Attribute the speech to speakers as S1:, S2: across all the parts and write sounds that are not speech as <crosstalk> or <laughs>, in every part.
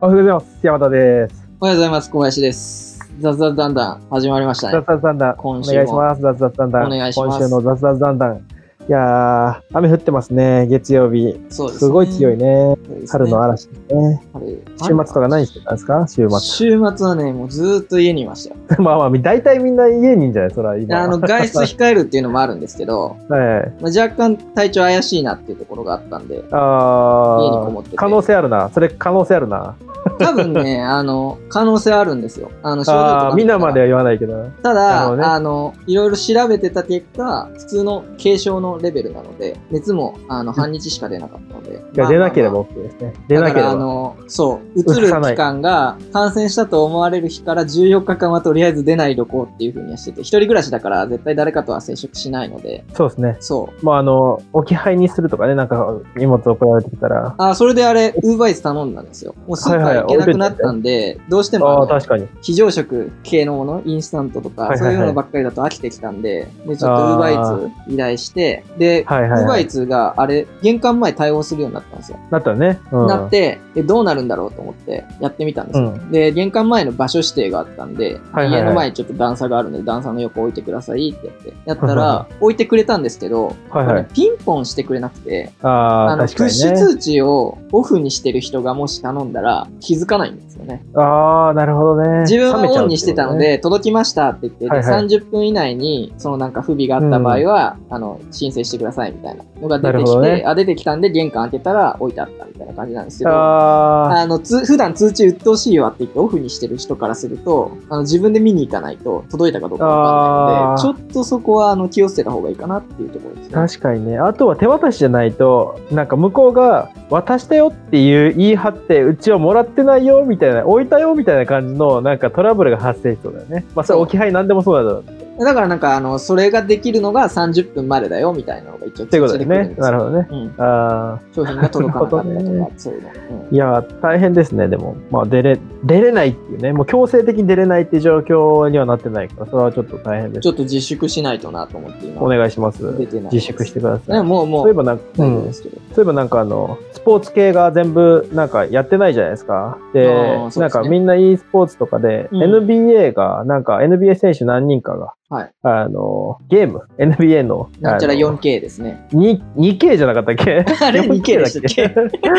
S1: おはようございます。山田です。
S2: おはようございます。小林です。雑雑だんだん始まりました
S1: 雑
S2: ね。
S1: 雑談談。お
S2: 今週
S1: 願いし
S2: も。
S1: ます。雑雑談談。
S2: お願いします
S1: 今週の雑雑談談。いやー、雨降ってますね。月曜日。
S2: そうです
S1: すごい強い
S2: ね。
S1: ね。
S2: そうですね
S1: 春の。嵐ですね。
S2: 春
S1: 週末とか何してたんですか週末。 <laughs>
S2: 週末はね、もうずーっと家にいましたよ。
S1: まあまあ、大体みんな家にいんじゃないそれは今。
S2: あの、外出控えるっていうのもあるんですけど、
S1: <laughs> はい。
S2: まあ、若干体調怪しいなっていうところがあっ
S1: <laughs>
S2: たんで、家に
S1: あ
S2: こもって
S1: ー、
S2: て
S1: 可能性あるな。それ可能性あるな。
S2: 多分ね、あの、可能性あるんですよ。あの、症状とか
S1: あー、
S2: 見
S1: みん
S2: たら
S1: なまでは言わないけど。な
S2: た
S1: る
S2: だ、
S1: ほどね
S2: あの、いろいろ調べてた結果、普通の軽症のレベルなので、熱も、あの、半日しか出なかったので。
S1: いや
S2: ま
S1: 出
S2: あまあまあ
S1: なければ OK ですね。出なけれ
S2: だからあ
S1: ば。
S2: の、そう、移る
S1: 移さない
S2: 期間が感染したと思われる日から14日間はとりあえず出ない旅行っていう風にはしてて、一人暮らしだから絶対誰かとは接触しないので、
S1: そうですね。
S2: そう。
S1: まあ、あの、置き配にするとかね、なんか荷物送られてきたら。
S2: あ、それであれ、ウーバーイーツ頼んだんですよ。もうスーパ
S1: はい
S2: ー
S1: はい
S2: 行けなくなったんで、どうしても
S1: あ
S2: あ
S1: あ、
S2: の
S1: 確かに。
S2: 非常食系のもの、インスタントとか
S1: は、いはい
S2: そ
S1: は
S2: う
S1: い
S2: いうのばっかりだと飽きてきたんで、で、ちょっとウ
S1: あー
S2: ーバーイーツ依頼して、で、
S1: はいはい、
S2: ウーバ
S1: は
S2: ーイ
S1: い
S2: ー。ツがあれ、玄関前対応するようになったんですよ。
S1: なったね。うん、
S2: なって、でどうなるんだろうと思ってやってみたんですよ。
S1: う
S2: で、玄関前の場所指定があったんで、
S1: はいはいはい
S2: 家の前にちょっと段差があるので、段差の横置いてくださいってやって、やったら、置いてくれたんですけど、
S1: はいはい
S2: これピンポンしてくれなくて、
S1: あ
S2: あ
S1: あ、
S2: の、
S1: 確
S2: プ
S1: か
S2: ッ
S1: に
S2: シュ
S1: ね。
S2: 通知をオフにしてる人がもし頼んだら気づかないんですよね。
S1: ああ、なるほどね。
S2: 自分は
S1: 冷めちゃ
S2: オ
S1: うってことね
S2: ンにしてたの。で、届きましたって言って、で
S1: はいはい
S2: 30分以内に、そのなんか不備があった場合は、あの、申請してくださいみたいなのが出て
S1: なる
S2: き
S1: ほ
S2: て、
S1: どね
S2: あ、出てきたんで玄関開けたら置いてあったみたいな感じなんですけど、
S1: ああ、
S2: あの、つ、普段通知鬱陶しいわって言ってオフにしてる人からすると、あの、自分で見に行かないと届いたかどうかわかんないので、ちょっとそこは、あの、気をつけた方がいいかなっていうところですね。
S1: 確かにね。あとは手渡しじゃないと、なんか向こうが渡したよっていう言い張って、うちはもらってないよみたいな、置いたよみたいな感じのなんかトラブルが発生しそうだよね。まあそれ置き配なんでもそうだろう。
S2: だからなんか、あの、それができるのが30分までだよみたいなのが一応
S1: というこ
S2: 通
S1: と
S2: 知
S1: です
S2: くるん
S1: ね。なる
S2: ほ
S1: ほどね。
S2: ど。うん。
S1: あ
S2: 商品が届かなかった
S1: な
S2: と
S1: るほ
S2: か、そういうの。うん
S1: あ、いや、大変ですね。でも、まあ出れ、出れないっていうね。もう強制的に出れないっていう状況にはなってないから、それはちょっと大変です
S2: ち。ょっと自粛しないとなと思って今。
S1: お願いします。
S2: 出てない
S1: 自粛してください。
S2: ね、もうも
S1: そういえ
S2: う、
S1: ばなんか、う
S2: 大丈夫
S1: ん
S2: で、すけど。
S1: そういえばなんかあの、スポーツ系が全部なんかやってないじゃないですか。で、
S2: あーそうですね
S1: なんかみんな e スポーツとかで、
S2: うん
S1: NBA が、なんか NBA 選手何人かが、
S2: はい。
S1: あの、ゲーム、NBA の、
S2: なんちゃら
S1: あの
S2: 4K ですね。
S1: に 2K じゃなかったっけ
S2: あれ 2K で
S1: だ
S2: し
S1: った <laughs>
S2: っけ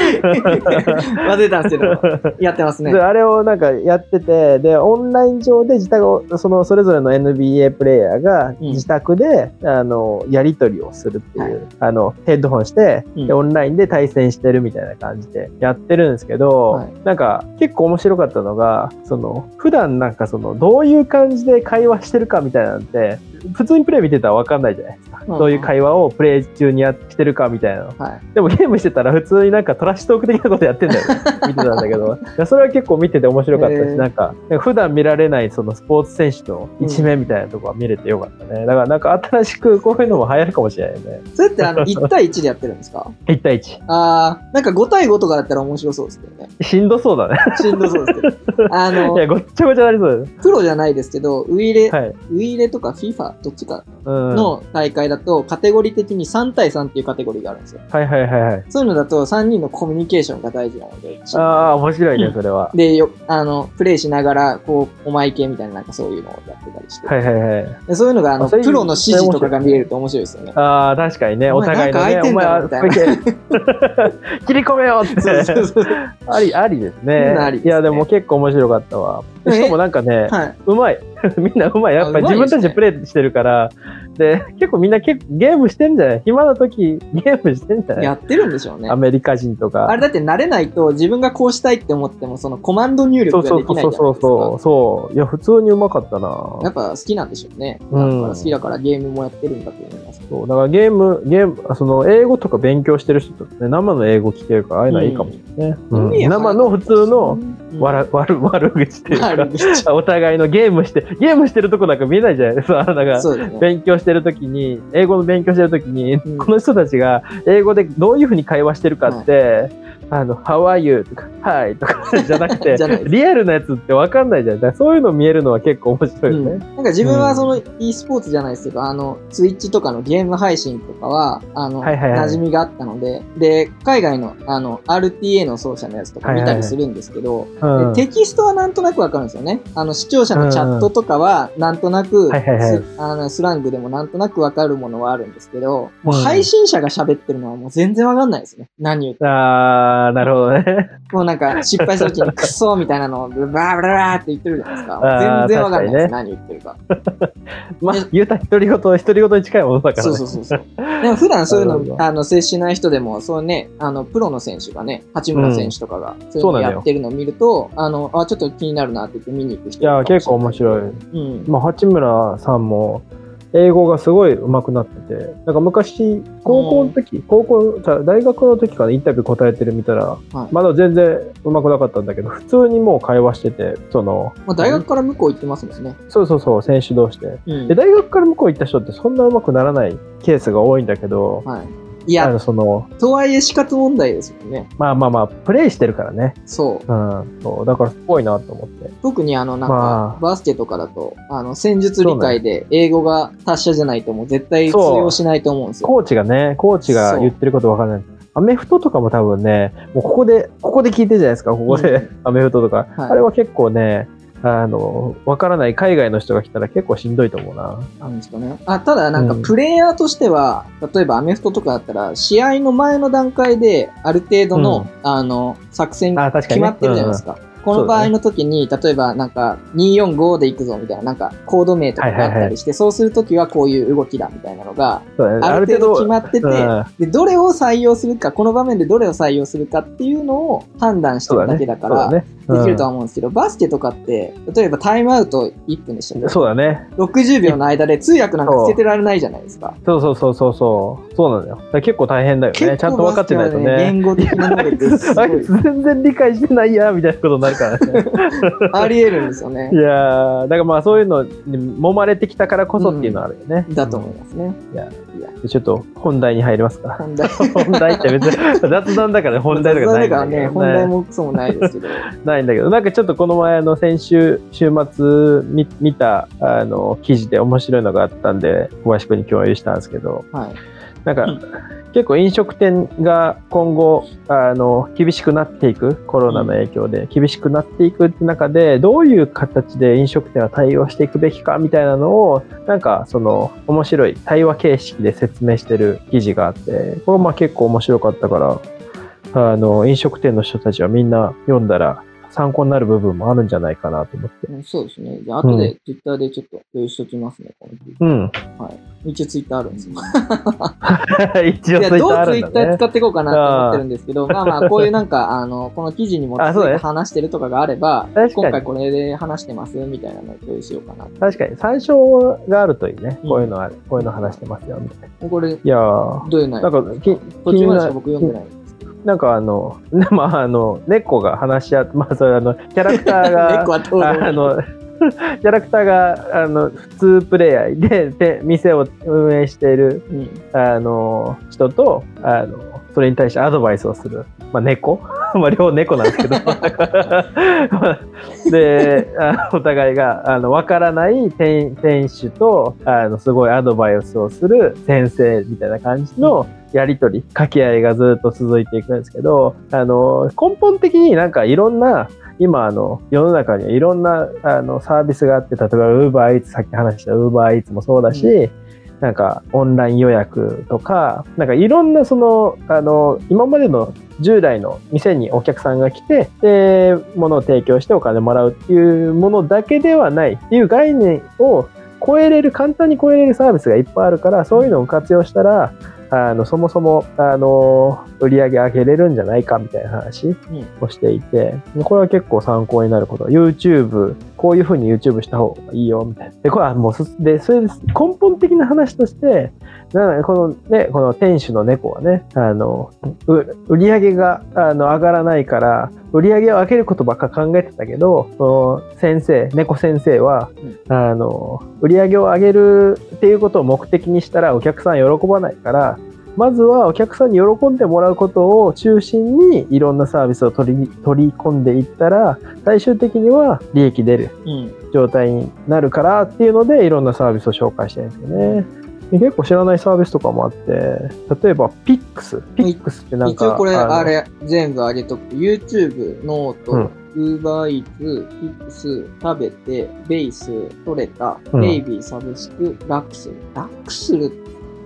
S2: 忘れたんですけ <laughs> ど、やって
S1: <laughs>
S2: ますね
S1: で。あれをなんかやっててでオンライン上で自宅そのそれぞれの NBA プレイヤーが
S2: うん
S1: 自宅で、あのやり取りをするっていう、あのヘッドホンして、
S2: うん
S1: でオンラインで対戦してるみたいな感じでやってるんですけど、
S2: はい
S1: なんか結構面白かったのがその普段なんかそのどういう感じで会話してるかみたいなんて普通にプレイ見てたら分かんないじゃないですか、
S2: うん
S1: どういう会話をプレイ中にやってるかみたいなの
S2: はい。
S1: でもゲームしてたら普通になんかトラッシュトーク的なことやって
S2: <laughs>
S1: んだよね見てたんだけどいやそれは結構見てて面白かったし、
S2: へー
S1: なんか普段見られないそのスポーツ選手の一面みたいなとこは見れてよかったね、だからなんか新しくこういうのも流行るかもしれないよね
S2: それってあの1対1でやってるんで
S1: <laughs>
S2: すか
S1: 1対1
S2: あーなんか5対5とかだったら面白そうですけどね。
S1: しんどそうだね
S2: しんどそうですけど。
S1: <laughs>
S2: あ
S1: いや
S2: の、
S1: ごっちゃごちゃなりそう
S2: プロじゃないですけど、ウイレ、
S1: だねはい
S2: ウイレとか FIFA どっちか
S1: うんは
S2: の大会だと、カテゴリー的に3対3っていうカテゴリーがあるんですよ。
S1: いはいはいはい
S2: そういうのだと3人のコミュニケーションが大事なので、
S1: ああ面白いねそれは、
S2: で、よ、あの、プレイしながら、こう、お前系みたいななんかそういうのをやってたりして。
S1: はいはいはい
S2: でそういうのが、あの、
S1: あそれ
S2: プロの指示とかが見れると面白いですよね。
S1: ああ確かにね
S2: お
S1: お互
S2: 前
S1: いのね
S2: なんか空い
S1: お
S2: て
S1: 前は <laughs> 切り込めようって
S2: そうそうそう。は
S1: ありありですね
S2: うんありですね
S1: いやでも結構面白かったわ
S2: え
S1: しかもなんかね、
S2: い。
S1: うまい。 <laughs> みんなうまい。やっぱり
S2: あう
S1: 自
S2: ま
S1: 分
S2: いですね
S1: たちでプレイしてるから。で、結構みんな結構ゲームしてんじゃない暇な時ゲームしてんじゃな
S2: や
S1: い
S2: ってるんでしょうね
S1: ア。メリカ人とか。
S2: あれだって慣れないと自分がこうしたいって思ってもそのコマンド入
S1: そう
S2: 力が
S1: そ
S2: で
S1: うそう
S2: きないじゃな
S1: そう
S2: いですか。
S1: そうそう。そう。いや、普通にうまかった
S2: や
S1: な
S2: っ。ぱ好きなんでしょうね。
S1: うん
S2: だから好きだからゲームもやってるんだと思います。
S1: そうだからゲーム、ゲーム、あその英語とか勉強してる人とかね、生の英語聞けるから、ああいうのはいいかもしれないね。うん
S2: いいや
S1: 生の普通のわら、 <laughs> 悪、悪口っていう
S2: 悪
S1: か、
S2: 口そう
S1: お互いのゲームして、ゲームしてるとこなんか見えないじゃないですか。そうなんか
S2: ですね。
S1: 勉強してる時に英語の勉強してる時に、
S2: うん
S1: この人たちが英語でどういうふうに会話してるかって、あの、How are you? とか、Hi! とかじゃなくて
S2: <laughs> じゃない、です
S1: リアルなやつって分かんないじゃん。だからそういうの見えるのは結構面白いよ
S2: う
S1: ね。
S2: ん、なんか自分はその e スポーツじゃないですけど、あの、ツイッチとかのゲーム配信とかは、あの、
S1: はいはいはい
S2: 馴染みがあったので、で、海外の、あの、RTA の奏者のやつとか見たりするんですけど、
S1: うん。
S2: でテキストはなんとなくわかるんですよね。あの、視聴者のチャットとかは、なんとなく、
S1: はいはいはい
S2: すあのスラングでもなんとなくわかるものはあるんですけど、もう
S1: うん
S2: 配信者が喋ってるのはもう全然わかんないですね。何言って
S1: あー、なるほどね。
S2: <laughs> もうなんか、失敗した
S1: <laughs>
S2: 時にクソみたいなのを、ブラブラブラって言ってるじゃないですか。
S1: あー
S2: 全然わかんないです、
S1: 確
S2: 何言ってるか。
S1: まあ、言うたら独り言、独り言に近いものだから
S2: そう
S1: ね
S2: そうそうそう。でも普段そういう
S1: なるほ
S2: の、
S1: ど
S2: あの、接しない人でも、そうね、あの、プロの選手がね、八村選手とかが、そういう
S1: そうな
S2: の
S1: のよ
S2: やってるのを見ると、あの、あ、ちょっと気になるなって言って見に行く人
S1: いやー、結構面白い。
S2: い。うん。
S1: まあ、八村さんも英語がすごい上手くなっててなんか昔高校の時、高校さ大学の時からインタビュー答えてる見たら、
S2: はい
S1: まだ全然上手くなかったんだけど普通にもう会話しててその
S2: まあ、大学から向こう行ってますもんね。
S1: そうそうそう選手同士で
S2: うん
S1: で。大学から向こう行った人ってそんな上手くならないケースが多いんだけど、
S2: はい。い
S1: あ
S2: や、
S1: のその
S2: とはいえ死活問題ですもんね。
S1: まあまあまあプレイしてるからね、
S2: そう。
S1: うん、そうだからすごいなと思って
S2: 特にあの、なん
S1: ま
S2: か
S1: あ、
S2: バスケとかだと、あの、戦術理解で英語が達者じゃないともう絶対通用しないと思うんですよ。
S1: コーチがね、コーチが言ってること分かんない。アメフトとかも多分ね、もうここで、ここで聞いてるじゃないですか、ここで、
S2: う
S1: アメフトとか。
S2: はい
S1: あれは結構ね、あの、分からない海外の人が来たら結構しんどいと思うな。
S2: なんですかね。あ、ただなんか
S1: うん
S2: プレイヤーとしては、例えばアメフトとかだったら、試合の前の段階で、ある程度の、
S1: うん
S2: あの、作戦
S1: あ、確か
S2: 決
S1: に、ね。
S2: まってるじゃないです
S1: か。
S2: か。この場合の時に、例えばなんか245で行くぞみたいな、なんかコード名とかがあったりして、そうするときはこういう動きだみたいなのが、
S1: そうだね
S2: ある程度決まってて、
S1: うん
S2: で、どれを採用するか、この場面でどれを採用するかっていうのを判断して
S1: そう
S2: る
S1: だ
S2: だ
S1: ね。
S2: けだか
S1: そう
S2: ら、
S1: だねうん
S2: できるとは思うんですけど、バスケとかって、例えばタイムアウト1分でしたけ
S1: そうだね。
S2: ど、60秒の間で通訳なんかつけてられないじゃないですか。
S1: そうそうそうそうそう。そうなのよ。だから結構大変だよね。ちゃんと分かってないと
S2: バスケは
S1: ね。
S2: 言語的な能力す
S1: <laughs>
S2: ご
S1: あ
S2: い
S1: いつ全然理解してないやみたいなことになるからね。 <laughs>
S2: あり得るんですよね
S1: い。やーだからまあそういうのに揉まれてきたからこそっていうのはあるよね。
S2: だと思いますね。
S1: ちょっと本題に入ります
S2: <laughs>
S1: か。
S2: 本題。
S1: 本題って別に雑談だからね本題とかないんだ
S2: 雑談だから
S1: け
S2: ね、
S1: ど、
S2: 本題もクソもないですけど。
S1: ないんだけど、なんかちょっとこの前の先週、週末見見たあの記事で面白いのがあったんで、小林君に共有したんですけど、
S2: はい。
S1: なんか、
S2: うん
S1: 結構飲食店が今後あの厳しくなっていくコロナの影響で厳しくなっていくって中でどういう形で飲食店は対応していくべきかみたいなのをなんかその面白い対話形式で説明してる記事があってこれまあ結構面白かったからあの飲食店の人たちはみんな読んだら参考になる部分もあるんじゃないかなと思って。
S2: うんそうですね。じゃあ、後で Twitter でちょっと共有しときますね、この記
S1: うん。 <laughs>
S2: 事一応 Twitter あるんですよ。
S1: 一応
S2: い
S1: ツイ
S2: や、
S1: ッタ
S2: どう
S1: ーあ
S2: ツ
S1: る
S2: イ
S1: ん
S2: ッター
S1: だね
S2: 使。っていこうかなと思ってるんで
S1: <laughs>
S2: すけど、まあまあ、こういうなんか、あの、この記事にも
S1: あそうだね
S2: 話してるとかがあれば、
S1: かに
S2: 今回これで話してますみたいなのを共有しようかな。も
S1: 確かに参照があるといいね。
S2: うん
S1: こういうのある、こういうの話してますよみたいな。
S2: うこれ、
S1: いやー
S2: どういう
S1: な
S2: 内容
S1: んかき
S2: 途中までしか僕読んでない。
S1: なんかあの、 <laughs> ねまああの、猫が話し合 <laughs> って、まあそれあの、キャラクターが、
S2: <laughs> 猫はどう
S1: ああの、 <laughs> キャラクターが、あの、普通プレイヤーで、で店を運営している、
S2: うん
S1: あの、人と、あの、それに対してアドバイスをする、まあ猫 <laughs> まあ両猫なんですけど、 <laughs> で、あのお互いが、あの、わからない店店主と、あの、すごいアドバイスをする先生みたいな感じの、やり取り、掛け合いがずっと続いていくんですけど、あの、根本的になんかいろんな、今あの、世の中にはいろんなあのサービスがあって、例えば UberEats、さっき話した UberEats もそうだし、なんかオンライン予約とか、なんかいろんなその、あの、今までの従来の店にお客さんが来て、で、物を提供してお金もらうっていうものだけではないっていう概念を超えれる、簡単に超えれるサービスがいっぱいあるから、そういうのを活用したら、あのそもそもあの売り上げ上げれるんじゃないかみたいな話をしていて、これは結構参考になること YouTube こういうふうに YouTube した方がいいよみたいなでこれはもうすでそれです根本的な話としてなこのねこの店主の猫はねあのう売り上げがあの上がらないから売り上げを上げることばっか考えてたけどその先生猫先生は、あの売り上げを上げるっていうことを目的にしたらお客さん喜ばないからまずはお客さんに喜んでもらうことを中心にいろんなサービスを取り取り込んでいったら最終的には利益出る
S2: うん。
S1: 状態になるからっていうのでいろんなサービスを紹介してるんですよね。で結構知らないサービスとかもあって例えば PIX。PIX ってなん
S2: 一
S1: か
S2: 応これ、
S1: あの
S2: あれ、全部上げとく。YouTube、ノー
S1: う
S2: ト、Uber Eats、X、食べて、ベース、取れた、
S1: うん
S2: ベイビー、サブスク、ラクスル。ラクスル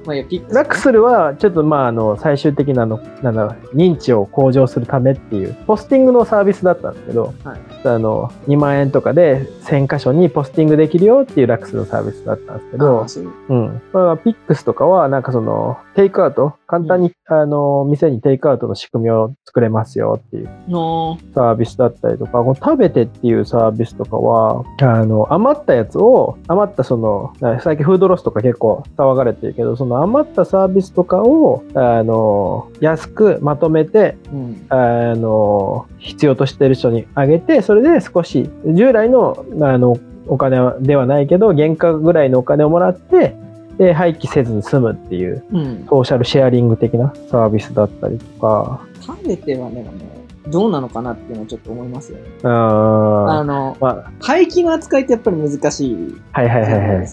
S2: まあ、いや、ピックスね
S1: ラクスルはちょっとまああの最終的なあのなんだろう認知を向上するためっていうポスティングのサービスだったんですけど、
S2: はい
S1: あの2万円とかで1000箇所にポスティングできるよっていうラクスルのサービスだったんですけ
S2: あ
S1: ど
S2: あ、そういう
S1: うんまあ、ピックスとかはなんかそのテイクアウト簡単に、あの店にテイクアウトの仕組みを作れますよっていう
S2: の
S1: サービスだったりとか、この食べてっていうサービスとかは、あの、余ったやつを、余ったその、あ最近フードロスとか結構騒がれてるけど、その余ったサービスとかを、あの、安くまとめて、
S2: うん。
S1: あの、必要としてる人にあげて、それで少し、従来の、あの、お金ではないけど、原価ぐらいのお金をもらって、で、廃棄せずに済むっていう、
S2: うん。
S1: ソーシャルシェアリング的なサービスだったりとか、
S2: 食べてはね、あのどうなのかなっていうのはちょっと思いますよね。
S1: うーん
S2: あの、
S1: まあ、
S2: 廃棄の扱いってやっぱり難しい
S1: はいはい
S2: じゃ
S1: はい
S2: な
S1: はいい
S2: で。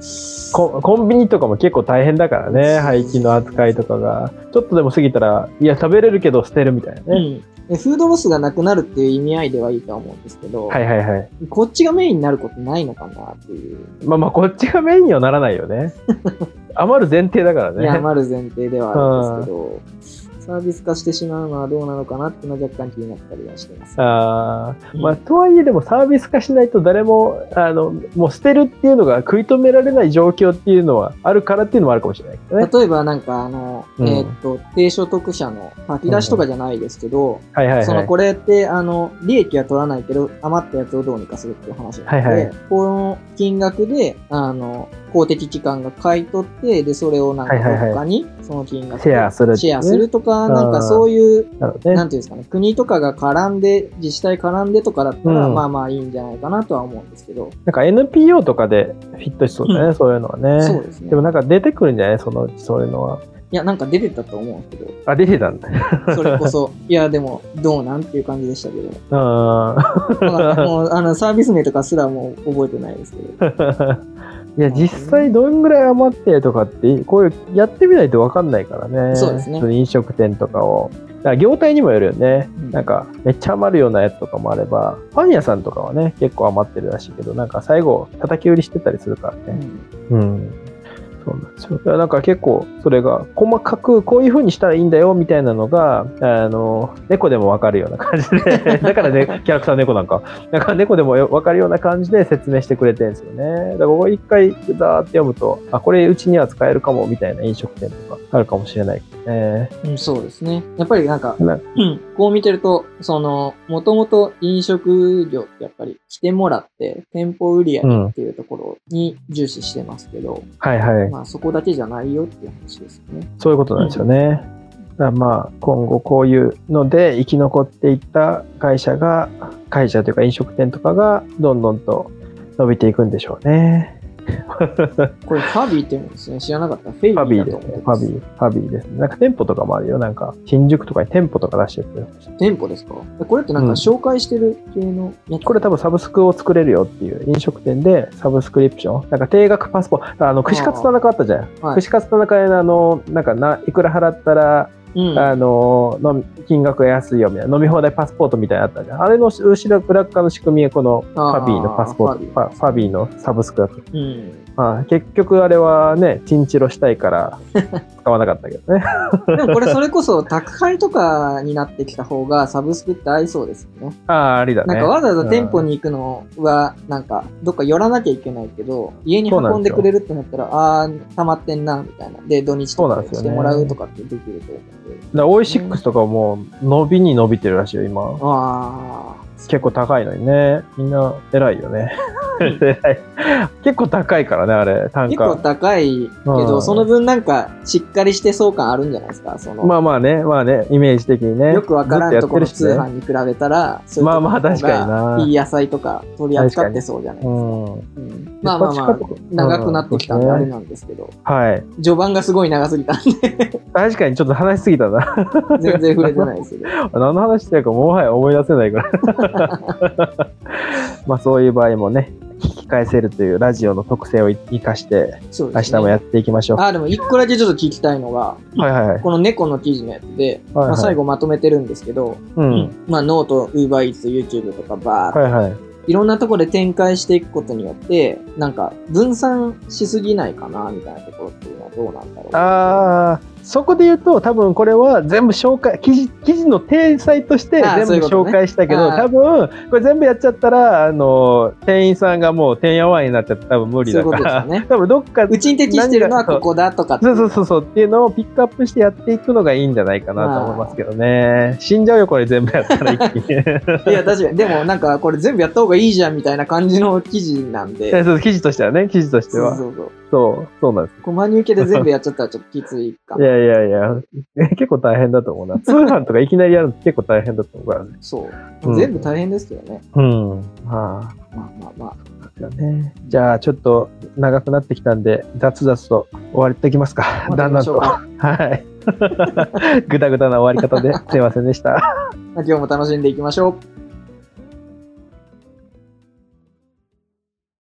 S2: すか。
S1: ココンビニとかも結構大変だからね廃棄の扱いとかがちょっとでも過ぎたらいや食べれるけど捨てるみたいな
S2: う
S1: ね、
S2: んでフードロスがなくなるっていう意味合いではいいとは思うんですけど、
S1: はいはいはい
S2: こっちがメインになることないのかなっていう、
S1: まあまあこっちがメインにはならないよ
S2: <laughs>
S1: ね余る前提だから
S2: いや、
S1: ね
S2: 余る前提ではあるんですけど、サービス化してしまうのはどうなのかなっていうのは若干気になったりはしてます。
S1: あーまあ、とはいえでもサービス化しないと誰もあのもう捨てるっていうのが食い止められない状況っていうのはあるからっていうのもあるかもしれないけどね
S2: 例えばなんかあの、
S1: うん
S2: えーっと、低所得者の炊き出しとかじゃないですけど、
S1: はいはい
S2: そ
S1: は
S2: の
S1: い
S2: これってあの利益は取らないけど余ったやつをどうにかするっていう話なので、
S1: はいはい
S2: この金額であの公的機関が買い取ってでそれをなんか
S1: はいはいはい
S2: 他にその金額を
S1: シェアするって
S2: シ
S1: いうね
S2: ェアするとか、なんかそういう
S1: なるほどね
S2: なんていうんですかね国とかが絡んで自治体絡んでとかだったら、
S1: うん
S2: まあまあいいんじゃないかなとは思うんですけど、
S1: なんか NPO とかでフィットしそうだね、
S2: う
S1: そういうのはね
S2: そうですね
S1: でもなんか出てくるんじゃないそのうちそういうのはい
S2: やなんか出てたと思うんですけど
S1: あ出てた
S2: <laughs>
S1: んだ
S2: それこそいやでもどうなんっていう感じでしたけ
S1: <laughs>
S2: ど
S1: うん
S2: まあもうあのサービス名とかすらもう覚えてないですけど
S1: いや実際どんぐらい余ってとかってこういうやってみないと分かんないからね
S2: そうですね
S1: 飲食店とかをだから業態にもよるよねなんかめっちゃ余るようなやつとかもあればパン屋さんとかはね結構余ってるらしいけどなんか最後叩き売りしてたりするからねうんそうなんですよだからなんか結構それが細かくこういう風にしたらいいんだよみたいなのがあの猫でも分かるような感じでだからねキャラクター猫なんかなんか猫でもよ分かるような感じで説明してくれてるんですよねだからここ一回ザーって読むとあこれうちには使えるかもみたいな飲食店とかあるかもしれないね
S2: うん、そうですね。やっぱりなんか、
S1: な
S2: うんこう見てると、その、もともと飲食業ってやっぱり来てもらって、店舗売り上
S1: う
S2: げっ
S1: ん
S2: ていうところに重視してますけど、
S1: はいはい
S2: まあそこだけじゃないよっていう話ですよね。
S1: そういうことなんですよね。だからまあ今後こういうので生き残っていった会社が会社というか飲食店とかがどんどんと伸びていくんでしょうね。
S2: <laughs> これファビーって言うんですね。知らなかった。フェイビ
S1: ファビ
S2: ー
S1: ー
S2: だ
S1: で
S2: と
S1: す
S2: 思って
S1: ね。フ
S2: ま
S1: ァ
S2: す
S1: ビ。ー、ファビーですね。なんか店舗とかもあるよ。なんか新宿とかに店舗とか出してる。
S2: 店舗ですかこれってなんか
S1: うん
S2: 紹介してる系のやつ、
S1: これ多分サブスクを作れるよっていう飲食店でサブスクリプション。なんか定額パスポあの、串カツ田中あったじゃん。
S2: はい
S1: 串カツ田中へのあの、なんかないくら払ったら
S2: うん、
S1: あの飲み金額が安いよみたいな飲み放題パスポートみたいなのあったじゃんあれの後ろ裏側の仕組みがこのフ
S2: あー
S1: ァビーのパスポート
S2: ファビー
S1: ファファビーのサブスクだった
S2: うん。
S1: あー結局あれはねチンチロしたいから
S2: <laughs>
S1: 使わなかったけどね
S2: でもこれそれこそ宅配とかになってきた方がサブスクって合いそうですよね。
S1: ああありだ
S2: なん
S1: ね
S2: かわざわざ店舗に行くのは、なんか、どっか寄らなきゃいけないけど、家に運んでくれるってなったら、あー、溜まってんな、みたいな。で、土日と
S1: そ
S2: か
S1: うなん
S2: に
S1: ですよ
S2: して
S1: ね
S2: もらうとかってできると思うんで。
S1: だオイシックスとかも伸びに伸びてるらしいよ今
S2: あ
S1: 結構高いのにねみんな偉いよねれない。結構高いからね、あれ、単
S2: 結構
S1: 価。
S2: 高いけ
S1: う
S2: ど、
S1: ん
S2: その分なんか、しっかりして相関あるんじゃないですか。その、
S1: まあまあね、まあね、イメージ的にね。
S2: よくわからんところの
S1: ずっと
S2: 通
S1: やってるしね
S2: 販に比べたら、そういう
S1: ま
S2: とこ
S1: あまあ
S2: の
S1: 確か
S2: 方
S1: に
S2: が
S1: ない
S2: い野菜とか取り扱ってそうじゃないですか。うんまあまあまあ、
S1: うん
S2: 長くなってきたんで
S1: うん
S2: あれなんですけど、
S1: はい。
S2: 序盤がすごい長すぎたんで、
S1: 確かにちょっと話しすぎたな。 <laughs>
S2: 全然触れてないですけど。
S1: 何の話してるかもはや思い出せないから。 <laughs> まあそういう場合もね、聞き返せるというラジオの特性を生かして、
S2: そう
S1: 明
S2: です
S1: 日
S2: ね。
S1: もやっていきましょう。
S2: あ、でも一個だけちょっと聞きたいのが、
S1: はいはいはい。
S2: この猫の記事のやつで、
S1: はいはい
S2: まあ、最後まとめてるんですけど、
S1: うん。
S2: まあ、ノート、ウーバーイーツ、YouTube とかバーッと
S1: はいはい。
S2: いろんなところで展開していくことによって、なんか分散しすぎないかな、みたいなところっていうのはどうなんだろう。
S1: あーそこで言うと多分これは全部紹介記事記事の体裁として
S2: あ
S1: 全
S2: ーそういう
S1: 部
S2: ことね
S1: 紹介したけど、
S2: あー
S1: 多分これ全部やっちゃったらあの店員さんがもうてんやわんやになっちゃって多分無理だか
S2: そういう
S1: ら、
S2: ことですよね
S1: <laughs> 多分どっか
S2: うちに適してるのはここだとかってい
S1: そう
S2: う
S1: そうそうそうっていうのをピックアップしてやっていくのがいいんじゃないかなと思いますけどね死んじゃうよこれ全部やったら一気に
S2: いや、確かに。でも、なんか、これ全部やった方がいいじゃん、みたいな感じの記事なん
S1: <laughs> <laughs>
S2: で。
S1: そうそう記事としてはね記事として
S2: そう
S1: は
S2: そうそう。
S1: そうそうなんです
S2: こう真に受けで全部やっちゃったらちょっときつい
S1: <laughs>
S2: か
S1: い
S2: も。
S1: やいやいや結構大変だと思う
S2: <laughs>
S1: な通販とかいきなりやるの結構大変だと思うからね
S2: そう。
S1: うん
S2: 全部大変ですけどね。
S1: うんまあ
S2: まあまあま
S1: だね。じゃあちょっと長くなってきたんで雑々と終わってきますか。
S2: 終わ
S1: だ
S2: り
S1: ん
S2: ま
S1: だん
S2: しょう
S1: と。
S2: か
S1: <laughs> はい。ぐだぐだな終わり方ですいませんでした。
S2: あ。今日も楽しんでいきましょう。